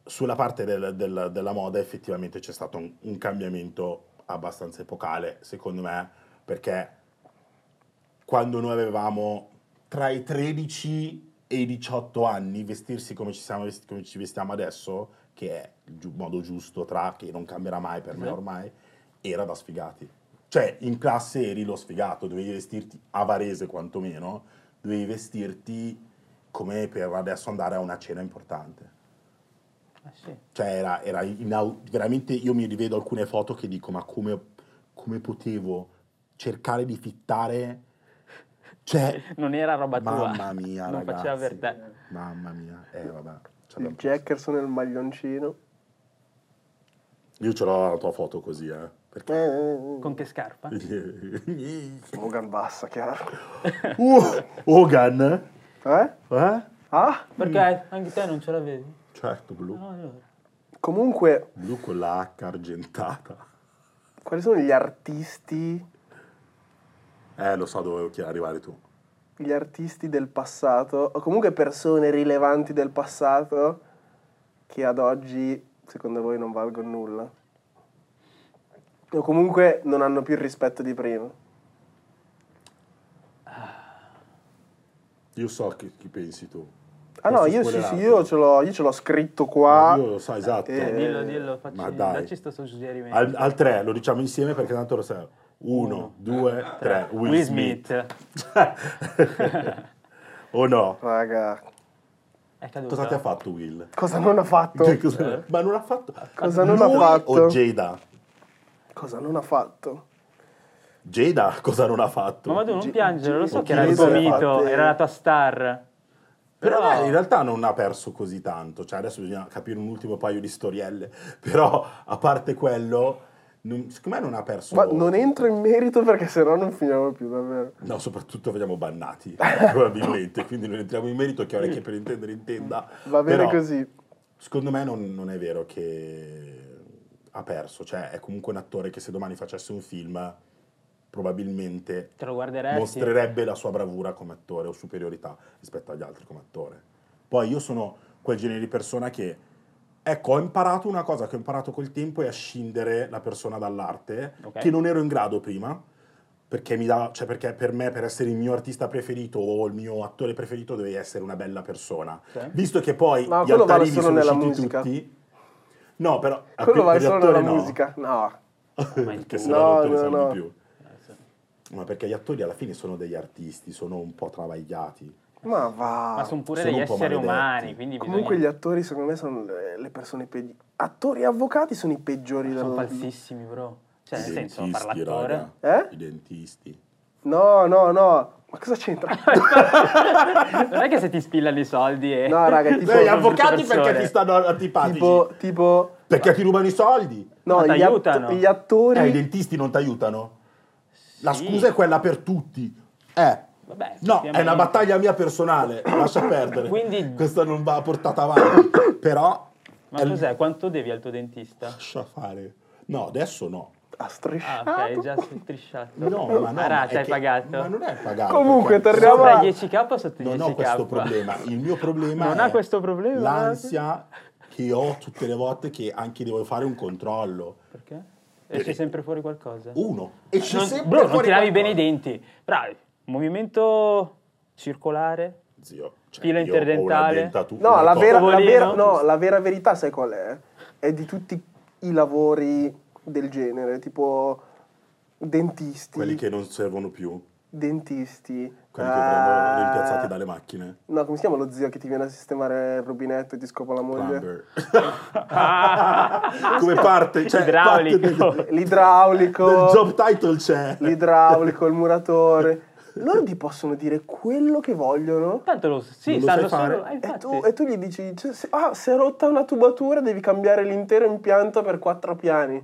Sulla parte del- del- della moda, effettivamente c'è stato un, un cambiamento abbastanza epocale, secondo me, perché quando noi avevamo tra i 13 e i 18 anni, vestirsi come ci, siamo vesti- come ci vestiamo adesso, che è il giu- modo giusto, tra che non cambierà mai per me Sì. ormai, era da sfigati. Cioè, in classe eri lo sfigato, dovevi vestirti avarese quantomeno, dovevi vestirti come per adesso andare a una cena importante. Ah, sì. Cioè, era, era inau- veramente, io mi rivedo alcune foto che dico, ma come come potevo cercare di fittare. Cioè, Non era roba tua. mamma mia, Non ragazzi. faceva per te. Mamma mia, eh vabbè. ci Il abbiamo- Jackerson e il maglioncino. Io ce l'ho la tua foto così, eh. Perché... Eh, eh, eh. Con che scarpa? Hogan bassa, chiaro. Uh, Hogan, Eh? eh? Ah? Perché anche te non ce l'avevi? Certo, blu. No, allora. Comunque, Blu con la H argentata. quali sono gli artisti, Eh, lo so dove vuoi arrivare tu. gli artisti del passato, o comunque persone rilevanti del passato, che ad oggi, secondo voi, non valgono nulla? O comunque non hanno più il rispetto di prima? Io so chi, chi pensi tu. Ah no, Questo io sì, sì, spoilerato. io ce l'ho, io ce l'ho scritto Ma qua. Io lo so, esatto. Ah. Eh, Dillo, dillo, facci, ma dai. dacci sto suggerimento. Al, al tre, lo diciamo insieme perché tanto lo sai. Uno, due, tre. Will, Smith. o no? Raga, È caduto. Cosa ti ha fatto Will? cosa non ha fatto? Cioè, cosa- Ma non ha fatto... Cosa non ha Lui fatto? O Jada? Cosa non ha fatto? Jada cosa non ha fatto? Mamma tu non Gi- piangere, lo so Gi- che era il Giulia tuo si è mito, fatte- era la tua star. Però dai, in realtà non ha perso così tanto, cioè adesso bisogna capire un ultimo paio di storielle, però a parte quello, non, secondo me non ha perso... Ma non entro in merito perché sennò non finiamo più davvero. No, soprattutto veniamo bannati, probabilmente, quindi non entriamo in merito, che orecchie per intendere intenda. Va bene Però, così. Secondo me non, non è vero che ha perso, cioè è comunque un attore che se domani facesse un film probabilmente Te lo guarderesti. mostrerebbe la sua bravura come attore o superiorità rispetto agli altri come attore. Poi io sono quel genere di persona che, ecco, ho imparato una cosa che ho imparato col tempo è a scindere la persona dall'arte, Ok. che non ero in grado prima, perché, mi dava- cioè perché per me, per essere il mio artista preferito o il mio attore preferito, dovevi essere una bella persona. Sì. Visto che poi Ma gli quello vale altari solo sono nella usciti musica. tutti... No, però... a Quello que- vale per gli solo nella attori no. musica. No. Ma in perché tu- sennò no, No, non te ne no, serve no. di più. Ma perché gli attori alla fine sono degli artisti, sono un po' travagliati. Ma va. Ma sono pure Sono degli un po' esseri maledetti. umani, quindi Comunque gli bisogna... attori secondo me sono le le persone peggiori. Attori e avvocati sono i peggiori sono del- falsissimi, bro. Cioè, I nel senso, dentisti, parla attore. raga. Eh? I dentisti. No, no, no. Ma cosa c'entra? non è che se ti spillano i soldi e... No, raga, tipo, Beh, gli sono avvocati brutte perché persone. ti stanno antipatici? tipo, tipo Perché ti rubano i soldi? no, Ma gli, att- t'aiutano. gli attori Eh, i dentisti non ti aiutano? La Sì. scusa è quella per tutti. Eh. Vabbè, No, è una effettivamente. battaglia mia personale, lascia perdere. Quindi- Questa non va portata avanti. Però... Ma è l- cos'è? Quanto devi al tuo dentista? Lascia fare. No, adesso no. ha Ah, strisciato. ok, già strisciato. No, ma no. Ah, ma ragazzi, è hai che- pagato. Ma non è pagato. Comunque, perché- torniamo Sopra a- i 10k o sotto i 10k? Non ho questo problema. Il mio problema Non è ha questo eh, problema, l'ansia che ho tutte le volte che anche devo fare un controllo. Perché? Esce sempre fuori qualcosa. Uno. Esce non, Eh. sempre bro, non fuori ti lavi bene qualcosa. i denti. Bravi. Movimento circolare. Zio, cioè, Filo io ho una interdentale. dentatu- No, una la cosa- vera, la, Topolino. vera, no, la vera verità sai qual è? È di tutti i lavori del genere, tipo dentisti, Quelli che non servono più, dentisti, quelli che eh, vengono rimpiazzati dalle macchine. No, come si chiama lo zio che ti viene a sistemare il rubinetto e ti scopa la moglie? Plumber. Come parte, cioè, parte del, Ah. Idraulico. del L'idraulico, job title c'è. l'idraulico, il muratore. Loro ti possono dire quello che vogliono Tanto lo, sì, Non lo sanno sai fare? solo. eh, e infatti. tu, e tu gli dici, cioè, se- ah, si è rotta una tubatura devi cambiare l'intero impianto per quattro piani.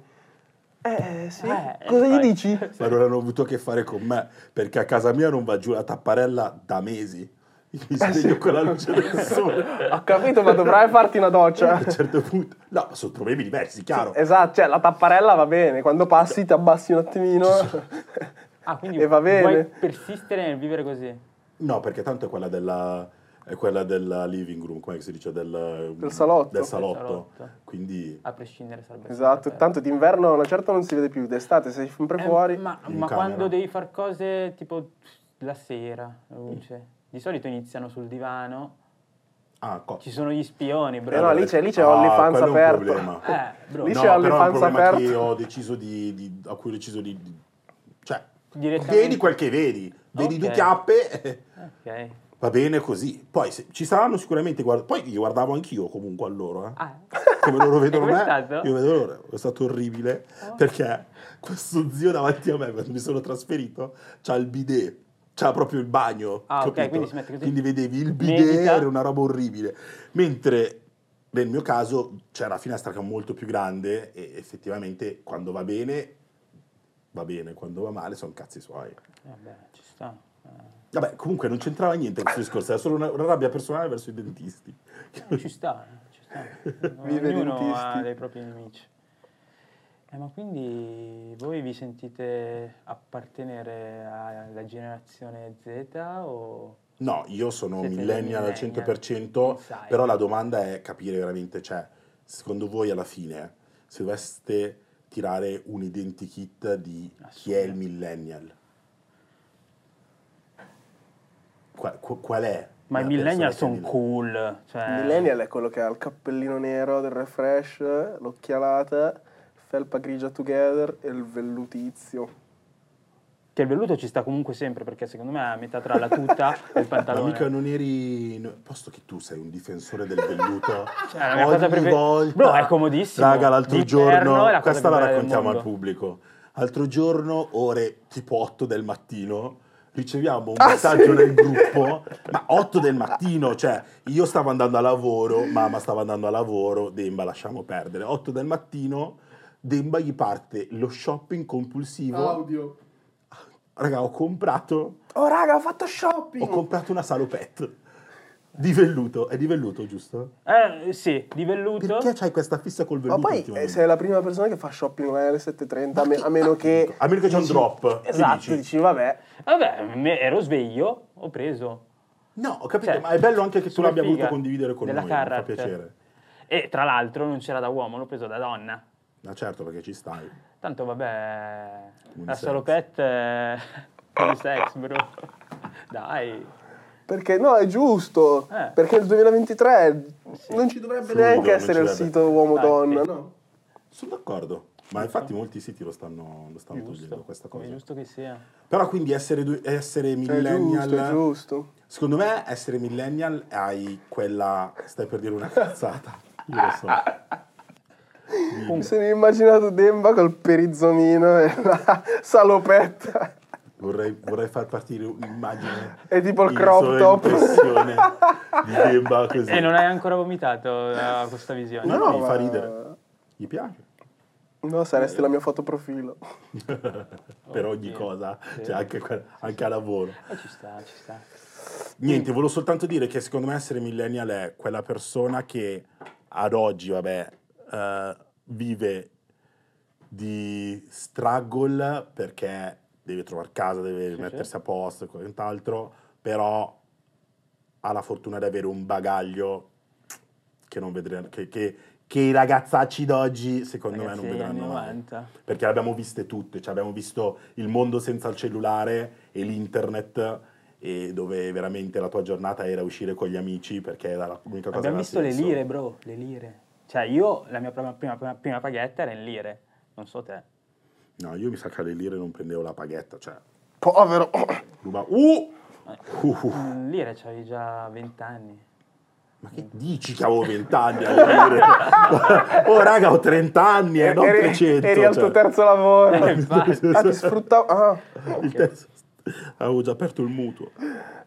Eh sì, Eh, cosa gli infatti. dici? Ma non hanno avuto a che fare con me, perché a casa mia non va giù la tapparella da mesi. Mi Eh, sveglio con la luce del sole. Ho capito, ma dovrai farti una A doccia. un certo punto... No, ma sono problemi diversi, chiaro. Esatto, cioè la tapparella va bene, quando passi ti abbassi un attimino. Ah, quindi E va bene. vuoi persistere nel vivere così? No, perché tanto è quella della... È quella della living room, come si dice? Del, Del salotto. Del salotto. salotto. Quindi... A prescindere sarebbe Esatto, sempre- tanto d'inverno una certa non si vede più, d'estate sei sempre Eh, fuori. Ma, In ma camera. quando devi fare cose tipo la sera, la luce. Di solito iniziano sul divano. Ah, co- Ci sono gli spioni, bro. Eh no, lì c'è, lì c'è Ah, OnlyFans quello è un aperto. problema. Eh, bro. Lì no, c'è però è un OnlyFans problema che aperto. ho deciso di, di- a cui ho deciso di, di- cioè Direttamente. vedi quel che vedi, vedi Ok. due chiappe. eh. Ok. Va bene così. Poi se- ci saranno sicuramente... guard- Poi li guardavo anch'io comunque a loro. eh. Ah, Come loro vedono com'è me, stato? Oh. io vedo loro. È stato orribile perché questo zio davanti a me, quando mi sono trasferito, c'ha il bidet. C'ha proprio il bagno. Ah, ok, capito? quindi si mette così. Quindi vedevi il bidet, Medita. era una roba orribile. Mentre nel mio caso c'era la finestra che è molto più grande e effettivamente quando va bene, va bene, quando va male sono cazzi suoi. vabbè, ci sta. Eh, Vabbè, comunque non c'entrava niente questo discorso, era solo una, una rabbia personale verso i dentisti. eh, ci sta, eh, ci sta. Vive Ognuno ha dentisti. dei propri nemici. Eh, ma quindi voi vi sentite appartenere alla generazione Z o... No, io sono Siete dei millennial al millennial. 100%, Inside. però la domanda è capire veramente, cioè, secondo voi alla fine, se doveste tirare un identikit di chi è il millennial, qual, qu- qual è? Ma i la persona millennial che è sono millennial? cool. Cioè... Millennial è quello che ha il cappellino nero del refresh, l'occhialata, felpa grigia together e il vellutizio. Che il velluto ci sta comunque sempre perché secondo me è a metà tra la tuta e il Ma pantalone. mica non eri... no, posto che tu sei un difensore del velluto, Cioè, è la mia ogni cosa prefer- volta... Bro, è comodissimo. Raga, l'altro D'inverno è la giorno... cosa questa più la bella del raccontiamo al mondo. pubblico. Altro giorno, ore tipo 8 del mattino, riceviamo un Ah, messaggio sì? nel gruppo, ma 8 del mattino, cioè io stavo andando a lavoro, mamma stava andando a lavoro, Demba lasciamo perdere. 8 del mattino, Demba gli parte lo shopping compulsivo. Audio. Raga, ho comprato Oh raga, ho fatto ho shopping! comprato una salopette di velluto. È di velluto, giusto? Eh, sì, di velluto. Perché c'hai questa fissa col Ma velluto? poi eh, ultimamente? sei la prima persona che fa shopping online alle 7.30, a, me- a meno che... A meno che c'è un Ecco, dici- drop, che Esatto, dici? dici? vabbè. Vabbè, me- ero sveglio, ho preso. No, ho capito, Cioè, ma è bello anche che tu sulla l'abbia voluto figa condividere con della noi. Mi fa Carrat. piacere. E tra l'altro non c'era da uomo, l'ho preso da donna. Ma certo, perché ci stai. Tanto vabbè, la Unisex. salopette è unisex, bro. Dai. Perché no, è giusto, Eh. perché nel 2023 non ci dovrebbe Fluido, neanche non essere ci il dovrebbe. sito uomo-donna, Infatti. no? Sono d'accordo. Ma infatti molti siti lo stanno, lo stanno togliendo Giusto, questa come cosa. è giusto che sia. Però quindi essere, due- essere È millennial... giusto, è giusto. Secondo me essere millennial hai quella... Stai per dire una cazzata. Io lo so. Mi sono immaginato Demba col perizzomino e la salopetta. Vorrei, vorrei far partire un'immagine. È tipo il di crop sola top. impressione di Demba così. E non hai ancora vomitato da questa visione. No, no, No, mi ma- fa ridere. Gli piace. No, Eh. saresti la mia foto profilo. per ogni Oddio. cosa, Sì. cioè anche, que- anche a lavoro. Eh, ci sta, ci sta. Niente, volevo soltanto dire che secondo me essere millennial è quella persona che ad oggi, vabbè, eh, vive di struggle perché deve trovare casa, deve sì. mettersi a posto e quant'altro, però ha la fortuna di avere un bagaglio che non vedranno, che, che- che i ragazzacci d'oggi secondo Ragazzi eh. me non degli vedranno anni mai 90. perché le abbiamo viste tutte, cioè abbiamo visto il mondo senza il cellulare e l'internet e dove veramente la tua giornata era uscire con gli amici perché era la- l'unica cosa Abbiamo che visto aveva le senso. lire, bro, le lire. Cioè, io la mia prima, prima- prima- prima paghetta era in lire, non so te. No, io mi sa che alle lire non prendevo la paghetta, cioè Povero. ruba- Uh! Uh, uh. Mm, In lire c'avevi già 20 anni. Ma che dici che avevo 20 anni alle lire? oh raga, ho 30 anni e Eh, non eri, 300. eri al tuo cioè. terzo lavoro. Infatti. ah, ti sfruttavo. ah. Il terzo. Avevo già aperto il mutuo.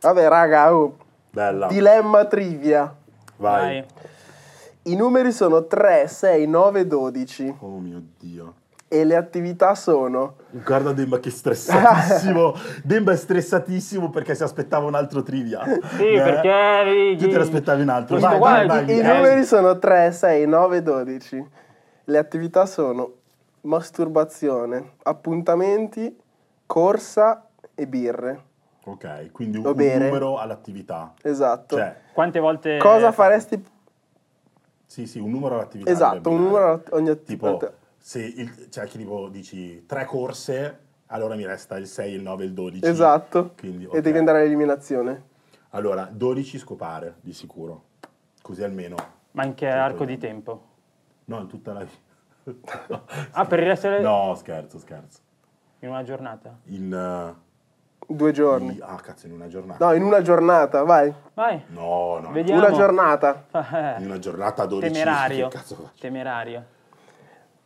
Vabbè, raga, oh. Bella. dilemma trivia. Vai. I numeri sono 3, 6, 9, 12 Oh mio Dio. e le attività sono... Guarda Demba che è stressatissimo. Demba è stressatissimo perché si aspettava un altro trivia. Eh, Sì, perché... Tu te l'aspettavi un altro. Vai, Questo qua vai, è vai, di- I Eh. numeri sono 3, 6, 9, 12. Le attività sono masturbazione, appuntamenti, corsa e birre. Ok, quindi un, Va un bene. numero all'attività. Esatto. Cioè, eh, Quante volte... Cosa faresti? sì, sì, un numero all'attività. Esatto, devi un abbinare. numero a ogni attività. Tipo, se il, cioè, che tipo dici tre corse, allora mi resta il 6, il 9, il 12. Esatto. Quindi, ok. E devi andare all'eliminazione. Allora, 12 scopare, di sicuro. Così almeno. Ma in che Sì, arco poi- di tempo? No, in tutta la Ah, per il resto delle- No, scherzo, scherzo. in una giornata? In... eh, Due giorni. Di- Ah, cazzo, in una giornata. No, in una giornata, vai. Vai. No, no, no. Vediamo. Una giornata. In una giornata a 12. Temerario. Che cazzo faccio? Temerario.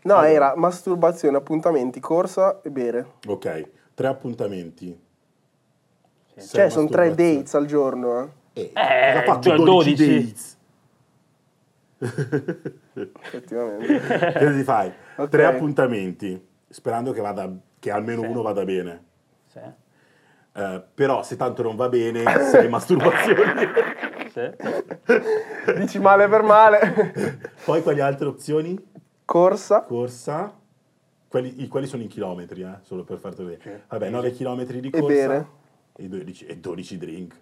No, era masturbazione, appuntamenti, corsa e bere. Ok, tre appuntamenti. Sei Cioè, sono tre masturbazione. dates al giorno, eh. cioè, Eh, Eh, cosa ha fatto già 12, 12. dates? Effettivamente. Cosa ti fai? Ok. Tre appuntamenti, sperando che, vada, che almeno Sì. uno vada bene. Sì. Eh, però se tanto non va bene, sei masturbazione. Sì. Dici male per male. Poi quali altre opzioni? Corsa. Corsa. Quelli, i- quelli sono in chilometri, eh, solo per farti vedere. Vabbè, 9 chilometri di E corsa. bere. E 12, e 12 drink.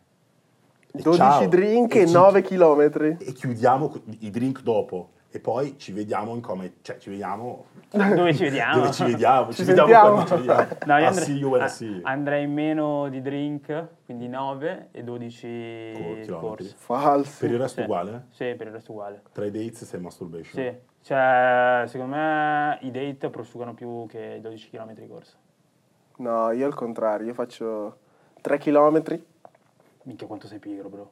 E 12 ciao. drink e ci- 9 km. E chiudiamo co- i drink dopo. E poi ci vediamo in come... Cioè, ci vediamo... Dove ci vediamo? Dove ci vediamo? Ci, Ci vediamo sentiamo. quando ci vediamo. No, io Ah, andrei, see you when I a- see you. andrei meno di drink, quindi 9 e 12 Co- chilometri. corse. Falso. Per il resto Sì. uguale? Sì, per il resto uguale. Tra i dates sei masturbation. Sì, cioè, secondo me i date prosciugano più che i 12 km di corsa. No, io al contrario, io faccio 3 km, Minchia quanto sei pigro, bro.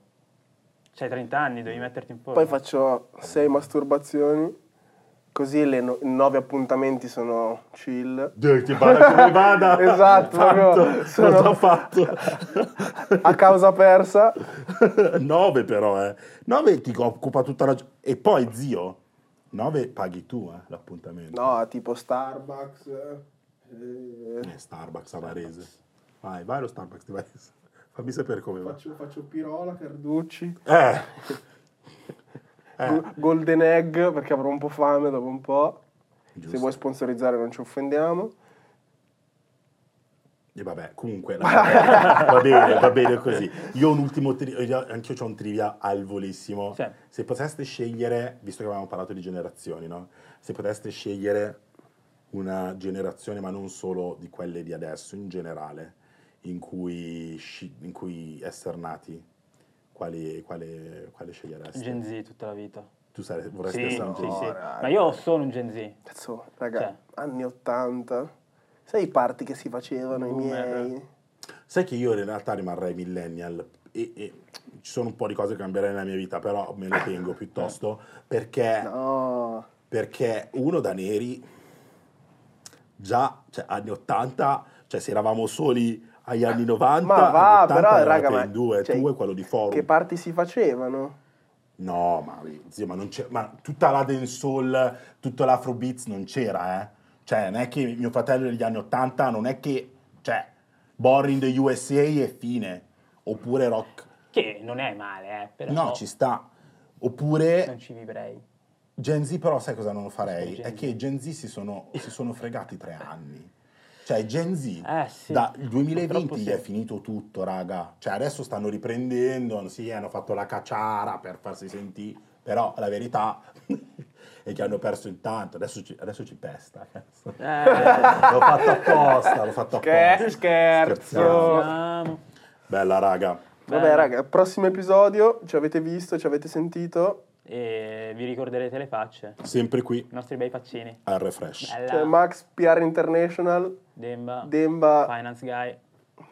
C'hai 30 Cioè, anni, devi metterti eh. in forma. poi faccio 6 masturbazioni, così le 9 appuntamenti sono chill. Dai, Ti vada come vada. Esatto, proprio. Tanto, Sono- l'ho già fatto. A causa persa, 9 però, eh. 9 ti occupa tutta la... gio- E poi, zio, 9 paghi tu, eh, l'appuntamento. no, tipo Starbucks. eh, Eh, Starbucks a Varese. Vai, vai allo Starbucks di Varese. Fammi sapere come va. faccio, faccio Pirola, Carducci, Eh, Go- Golden Egg, perché avrò un po' fame dopo un po'. giusto. Se vuoi sponsorizzare non ci offendiamo. E vabbè, comunque, la- va bene, va bene così. Io ho un ultimo, tri- io- anch'io ho un trivia al volissimo. Sì. Se poteste scegliere, visto che avevamo parlato di generazioni, no? Se poteste scegliere una generazione, ma non solo di quelle di adesso, in generale, in cui, sci- in cui essere nati, quale, quale, quale scegliereste? Gen Z tutta la vita. tu sare- vorresti Sì, sì, essere un sì. Gen Z? raga. Ma io sono un Gen Z. Cazzo, raga, Cioè. anni 80. Sai i party che si facevano i Boomer. miei? Sai che io in realtà rimarrei millennial e, e ci sono un po' di cose che cambierei nella mia vita, però me ne tengo piuttosto perché, No. perché uno da neri, già cioè, anni 80, cioè se eravamo soli agli anni 90, Ma va, anni 80 però, eravate raga, ma- in due, cioè, tu e quello di Forum. Che party si facevano? No, ma, zio, ma, non c'è, ma tutta la dancehall, tutto l'afrobeats non c'era, eh. Cioè, non è che mio fratello degli anni 80, non è che, cioè, Born in the USA e fine. Oppure rock. Che non è male, eh, però No, ci sta. non Oppure ci vivrei. Gen Z, però sai cosa non lo farei? Gen È Z. che Gen Z si sono, si sono fregati tre anni. Cioè, Gen Z, Eh, sì. dal 2020 Purtroppo gli sì. è finito tutto, raga. Cioè, adesso stanno riprendendo, sì, hanno fatto la cacciara per farsi sentire, però la verità è che hanno perso il tanto. Adesso ci, adesso ci pesta. cazzo. Eh, L'ho fatto apposta, l'ho fatto apposta. Scher- scherzo. Scherziamo. siamo. Bella, raga. Vabbè, Bello. raga, prossimo episodio, ci avete visto, ci avete sentito. E vi ricorderete le facce, Sempre qui i nostri bei faccini. al refresh. C'è Bella, Cioè, Max PR International, Demba, Demba... Finance Guy.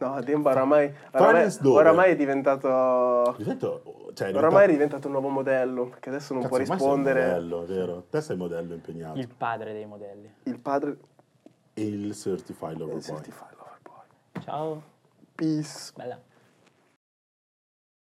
No, Demba oramai, oramai, Finance dove? oramai è diventato... Ho detto, cioè, Oramai è diventato un nuovo modello, perché adesso non Cazzo, può ormai sei un rispondere. modello, vero? Te sei modello impegnato. Il padre dei modelli. Il padre... eh, E il certified lover boy. Certified Lover Boy. Ciao, Peace. bella.